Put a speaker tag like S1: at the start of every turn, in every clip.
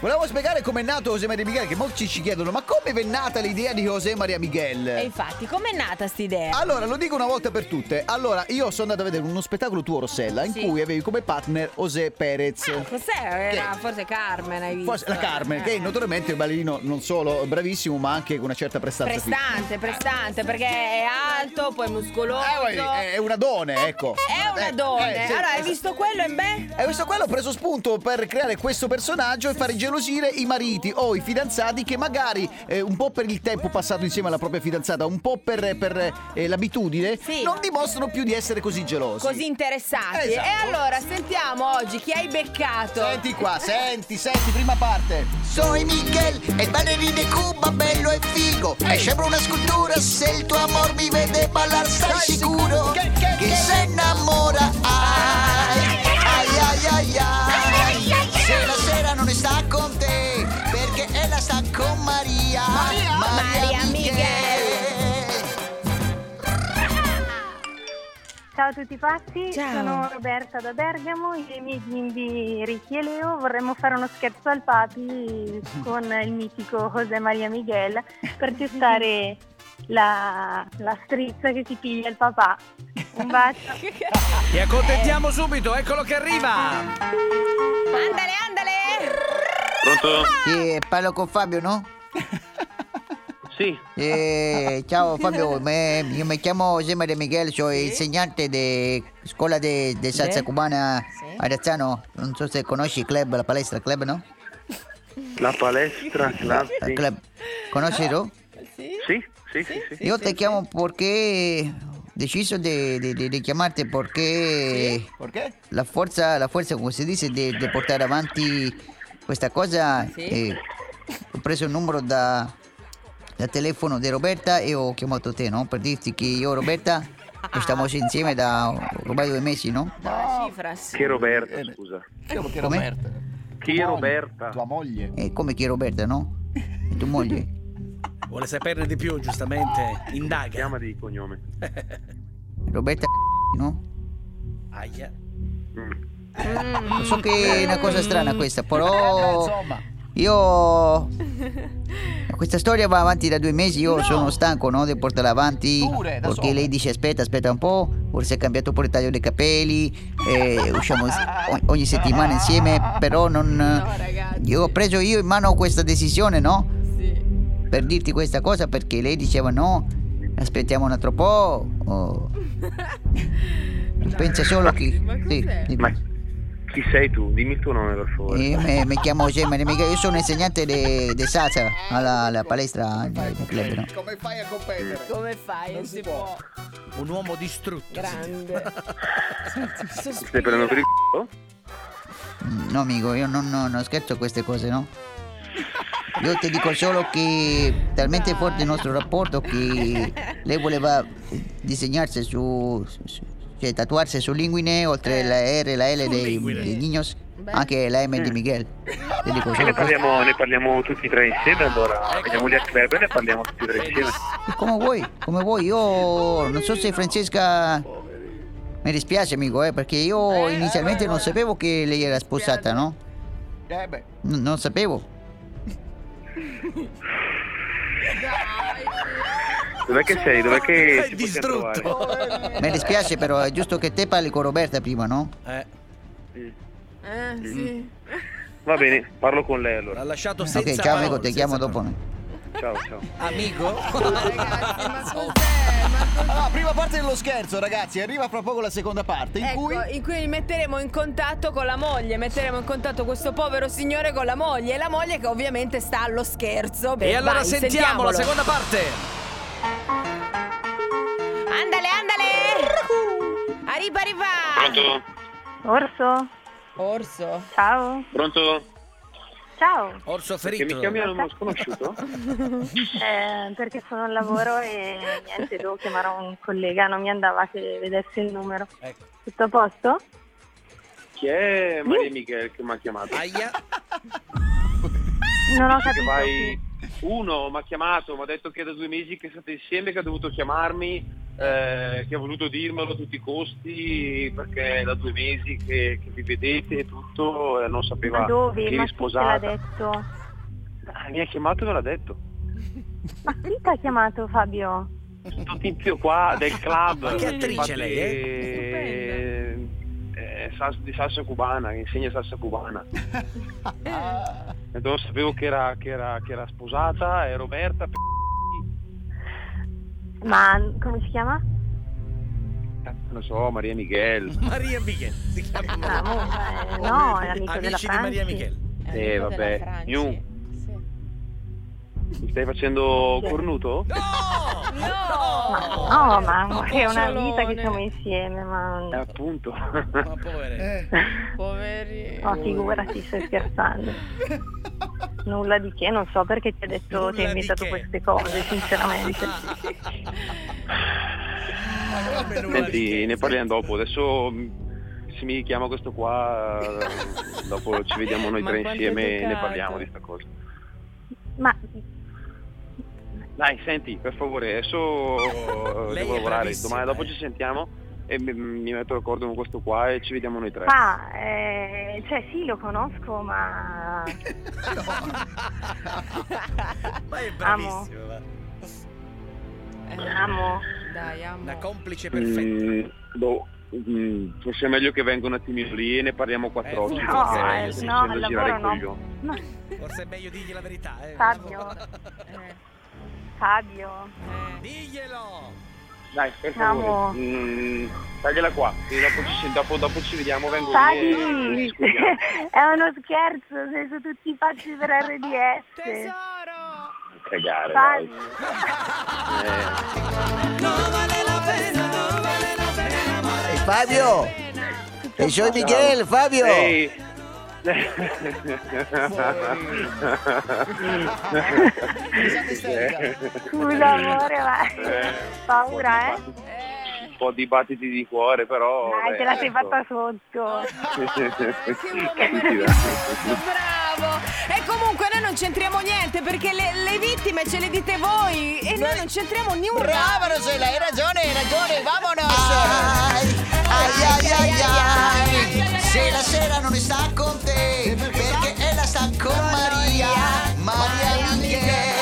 S1: Volevo spiegare com'è nato José Maria Miguel, che molti ci chiedono, ma come è nata l'idea di José Maria
S2: E
S1: Miguel?
S2: infatti, com'è nata Ah, st'idea?
S1: Allora, lo dico una volta per tutte. Allora, io sono andato a vedere uno spettacolo tuo, Rossella, in
S2: Sì.
S1: cui avevi come partner José Perez.
S2: Ah, cos'è? Era
S1: Che-
S2: forse Carmen, hai visto?
S1: Forse la Carmen, che è
S2: Eh.
S1: notoriamente un ballerino non solo bravissimo, ma anche con una certa prestanza. fisica.
S2: Prestante, prestante, perché è alto, poi è muscoloso.
S1: Eh, vai, è una donna, ecco.
S2: È una
S1: Eh,
S2: donna.
S1: eh, sì,
S2: allora, hai
S1: esatto.
S2: visto quello e beh?
S1: E questo quello ha preso spunto per creare questo personaggio e far gelosire i mariti o i fidanzati che magari eh, un po' per il tempo passato insieme alla propria fidanzata, un po' per, per, eh, l'abitudine,
S2: Sì.
S1: non dimostrano più di essere così gelosi.
S2: Così interessati.
S1: Esatto.
S2: E allora, sentiamo oggi chi hai beccato.
S1: Certo. Senti qua, senti, senti, prima parte.
S3: Soy Miguel, el bailarín de Cuba, bello y figo. Me sembra una escultura, si el tu amor vive de bailar, soy
S1: Ay,
S3: seguro
S1: que- que- que-
S3: que se enamora. Ay, ay, ay, ay, ay. Sera, sera, non sta con te, perché ella sta con Maria.
S2: Maria? Maria
S3: Miguel.
S4: Ciao a tutti pazzi,
S2: Ciao.
S4: sono Roberta da Bergamo, io e i miei bimbi Ricky e Leo vorremmo fare uno scherzo al papi con il mitico José Maria Miguel per testare la, la strizza che si piglia il papà. Un bacio.
S5: Ti accontentiamo subito, eccolo che arriva!
S2: Andale, andale!
S6: Pronto?
S3: Eh, parlo con Fabio, no?
S6: Sì,
S3: Eh, ciao Fabio, me- io mi chiamo José Maria Miguel, sono insegnante di scuola di, di salsa
S2: Sì.
S3: cubana
S2: Sì.
S3: a Razzano. Non so se conosci il club, la palestra club, no?
S6: la palestra club.
S3: Il
S6: Sì,
S3: club. Conosci tu?
S6: sì, sì, sì. sì.
S3: Io ti chiamo perché ho deciso di, di- di- di chiamarti perché
S1: Perché?
S3: la forza, la forza, come si dice, di, di portare avanti questa cosa.
S2: Sì.
S3: eh, ho preso il numero da, da telefono di Roberta e ho chiamato te, no? Per dirti che io e Roberta stiamo insieme da ormai due mesi, no?
S2: Dalla cifra, sì.
S6: Chi è Roberta,
S1: Eh,
S6: scusa.
S1: Io perché
S3: Come?
S1: Roberta.
S6: Chi
S1: Tua moglie,
S6: è Roberta?
S1: Tua moglie.
S3: E come che Roberta, no? E tua moglie.
S5: Vuole saperne di più, giustamente. Indaga.
S6: Chiama di cognome.
S3: Roberta, no?
S5: Aia.
S6: Mm.
S3: Lo so che è una cosa strana questa,
S1: Eh,
S3: però...
S1: insomma.
S3: Io. Questa storia va avanti da due mesi, io sono stanco no, di portarla avanti.
S1: Pure, da
S3: perché
S1: solo.
S3: lei dice aspetta, aspetta un po', forse ha cambiato pure il taglio dei capelli, eh, usciamo ins- o- ogni settimana insieme, però non... io ho preso io in mano questa decisione, no? Per dirti questa cosa perché lei diceva no, aspettiamo un altro po'. o- Pensa solo che... sì, dimmi.
S6: Ma chi sei tu? Dimmi il tuo nome per favore.
S3: Io mi, mi chiamo Gemini Miguel, io sono insegnante di, di salsa alla, alla palestra
S1: Eh,
S3: del club. No?
S1: Come fai a competere?
S2: Come fai? Non si può.
S5: Un uomo distrutto.
S2: Grande. Stai
S6: Stai prendendo per il c***o?
S3: Mm, No, amico, io non, non- non scherzo queste cose, no? Io ti dico solo che è talmente forte il nostro rapporto che lei voleva disegnarsi su, su- cioè tatuarsi su linguine oltre la R e la L dei, dei Niños, anche la M di Miguel. Ti dico
S6: Ne
S3: solo questo.
S6: parliamo, ne parliamo tutti e tre insieme allora. Veniamo lì a club e ne parliamo tutti e tre insieme.
S3: E Come vuoi, come vuoi, io non so se Francesca... Mi dispiace amico, eh, perché io inizialmente non sapevo che lei era sposata, no?
S1: Eh beh.
S3: N- non sapevo.
S6: Dov'è che sei? Dov'è che
S5: È
S6: ci possiamo trovare?
S5: Eh, distrutto.
S3: Mi dispiace però, è giusto che te parli con Roberta prima, no?
S5: Eh,
S2: Eh, sì.
S6: Va bene, parlo con lei
S5: l'ha
S6: allora.
S5: lasciato senza
S3: Ok, ciao
S5: parole,
S3: amico, ti
S5: senza
S3: chiamo dopo.
S5: parole.
S6: Ciao, ciao.
S2: Ragazzi, ma cos'è? Ma
S1: Allora, prima parte dello scherzo, ragazzi, arriva fra poco la seconda parte Ah, in cui
S2: Ecco, in cui metteremo in contatto con la moglie, metteremo in contatto questo povero signore con la moglie e la moglie che ovviamente sta allo scherzo. Beh,
S5: E allora
S2: vai,
S5: sentiamo la
S2: sentiamolo.
S5: seconda parte.
S2: Andale, andale! Arriva, arriva!
S6: Pronto?
S4: Orso,
S2: Orso.
S4: ciao.
S6: Pronto?
S4: Ciao,
S5: Orso
S6: Che mi
S5: ferito.
S6: chiami a uno sconosciuto?
S4: eh, perché sono al lavoro e niente, devo chiamare un collega, non mi andava che vedesse il numero.
S5: Ecco.
S4: Tutto a posto?
S6: Chi è Maria Miguel che mi ha chiamato?
S5: Aia.
S4: Non ho
S6: Dice che
S4: capito.
S6: vai uno mi ha chiamato mi ha detto che è da due mesi che state insieme che ha dovuto chiamarmi eh, che ha voluto dirmelo a tutti i costi perché è da due mesi che, che vi vedete e tutto eh, non sapeva
S4: Ma dove? Ma
S6: che eri
S4: chi te l'ha
S6: sposata.
S4: detto?
S6: Ah, Mi ha chiamato e me l'ha detto.
S4: Ma chi ti ha chiamato Fabio?
S6: Questo tizio qua del club.
S5: Ma che attrice
S6: Infatti,
S5: lei,
S2: eh?
S6: eh, sals- di salsa cubana, che insegna salsa cubana.
S1: Ah.
S6: E non sapevo che era, che era- che era sposata, è Roberta. p-
S4: Ma come si chiama?
S6: Non lo so, Maria Michel.
S5: Maria Michel. Si chiama
S4: Ah,
S5: Maria.
S4: mo- eh, no, è amico della
S5: Amici di Maria
S4: Franci.
S5: Michel.
S6: Eh,
S2: Amico della
S6: vabbè,
S2: Franci.
S6: Gnu.
S2: Sì.
S6: Mi stai facendo cornuto?
S4: Ma
S5: No!
S2: No!
S4: no, ma è una
S2: Pocciolone.
S4: vita che siamo insieme, ma
S6: Eh, appunto.
S5: Ma povera.
S1: Eh,
S2: Poverino.
S4: no, figurati, sto scherzando. Nulla di che, non so perché ti ha detto,
S5: Nulla
S4: ti
S5: di
S4: ha inventato
S5: che.
S4: queste cose, sinceramente.
S5: Ma come nulla di
S6: Senti,
S5: che?
S6: ne parliamo dopo. Adesso mh, se mi chiama questo qua, eh, dopo ci vediamo noi
S2: Ma
S6: tre
S2: quanto
S6: insieme e ne
S2: educato.
S6: parliamo di sta cosa.
S4: Ma
S6: Dai, senti, per favore, adesso eh,
S5: Lei
S6: devo
S5: è
S6: lavorare,
S5: bravissima,
S6: domani dopo
S5: eh.
S6: ci sentiamo e mi, mi metto d'accordo con questo qua e ci vediamo noi tre.
S4: ah, eh, cioè sì, lo conosco, ma eh,
S5: Ma è bravissima. va.
S2: Eh,
S4: amo.
S2: Dai, amo.
S5: Una complice perfetta.
S6: Mm, boh, mm, forse è meglio che venga un attimino lì e ne parliamo
S5: Eh,
S6: quattro occhi.
S5: sì,
S6: perché
S5: forse è meglio,
S6: mi
S5: sì.
S6: stai
S4: No,
S6: facendo
S4: al
S6: girare i
S4: lavoro no.
S6: coglioni.
S4: Ma
S5: Forse è meglio dirgli la verità, eh.
S4: Fabio,
S2: Eh,
S4: Fabio,
S2: eh.
S5: Diglielo!
S6: Dai, per
S4: Amo.
S6: favore, mm, tagliala qua, e dopo ci, sen- dopo- dopo ci vediamo, vengo lì e- e
S4: Fabio,
S6: ci scusiamo.
S4: è uno scherzo, sei su tutti i pazzi per RDS.
S2: Tesoro!
S6: Cagare, dai.
S4: Fabio.
S3: Eh, Fabio! E soy Miguel, Fabio!
S6: Ehi.
S1: risata isterica.
S4: Scusa amore, ma
S6: Eh,
S4: paura eh?
S6: un po' di battiti di cuore però
S4: Dai,
S6: beh,
S4: te la sei
S6: ecco.
S4: fatta sotto.
S2: Che uomo meraviglioso, bravo! E comunque noi non c'entriamo niente perché le, le vittime ce le dite voi e noi non c'entriamo nulla.
S7: Brava Rosella, hai ragione, hai ragione,
S3: Ah.
S7: vamonos!
S3: Ai, ai, ai, ai, ai. Se la sera non sta con te, perché è la sta con Maria, Maria Miguel.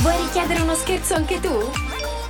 S8: Vuoi richiedere uno scherzo anche tu?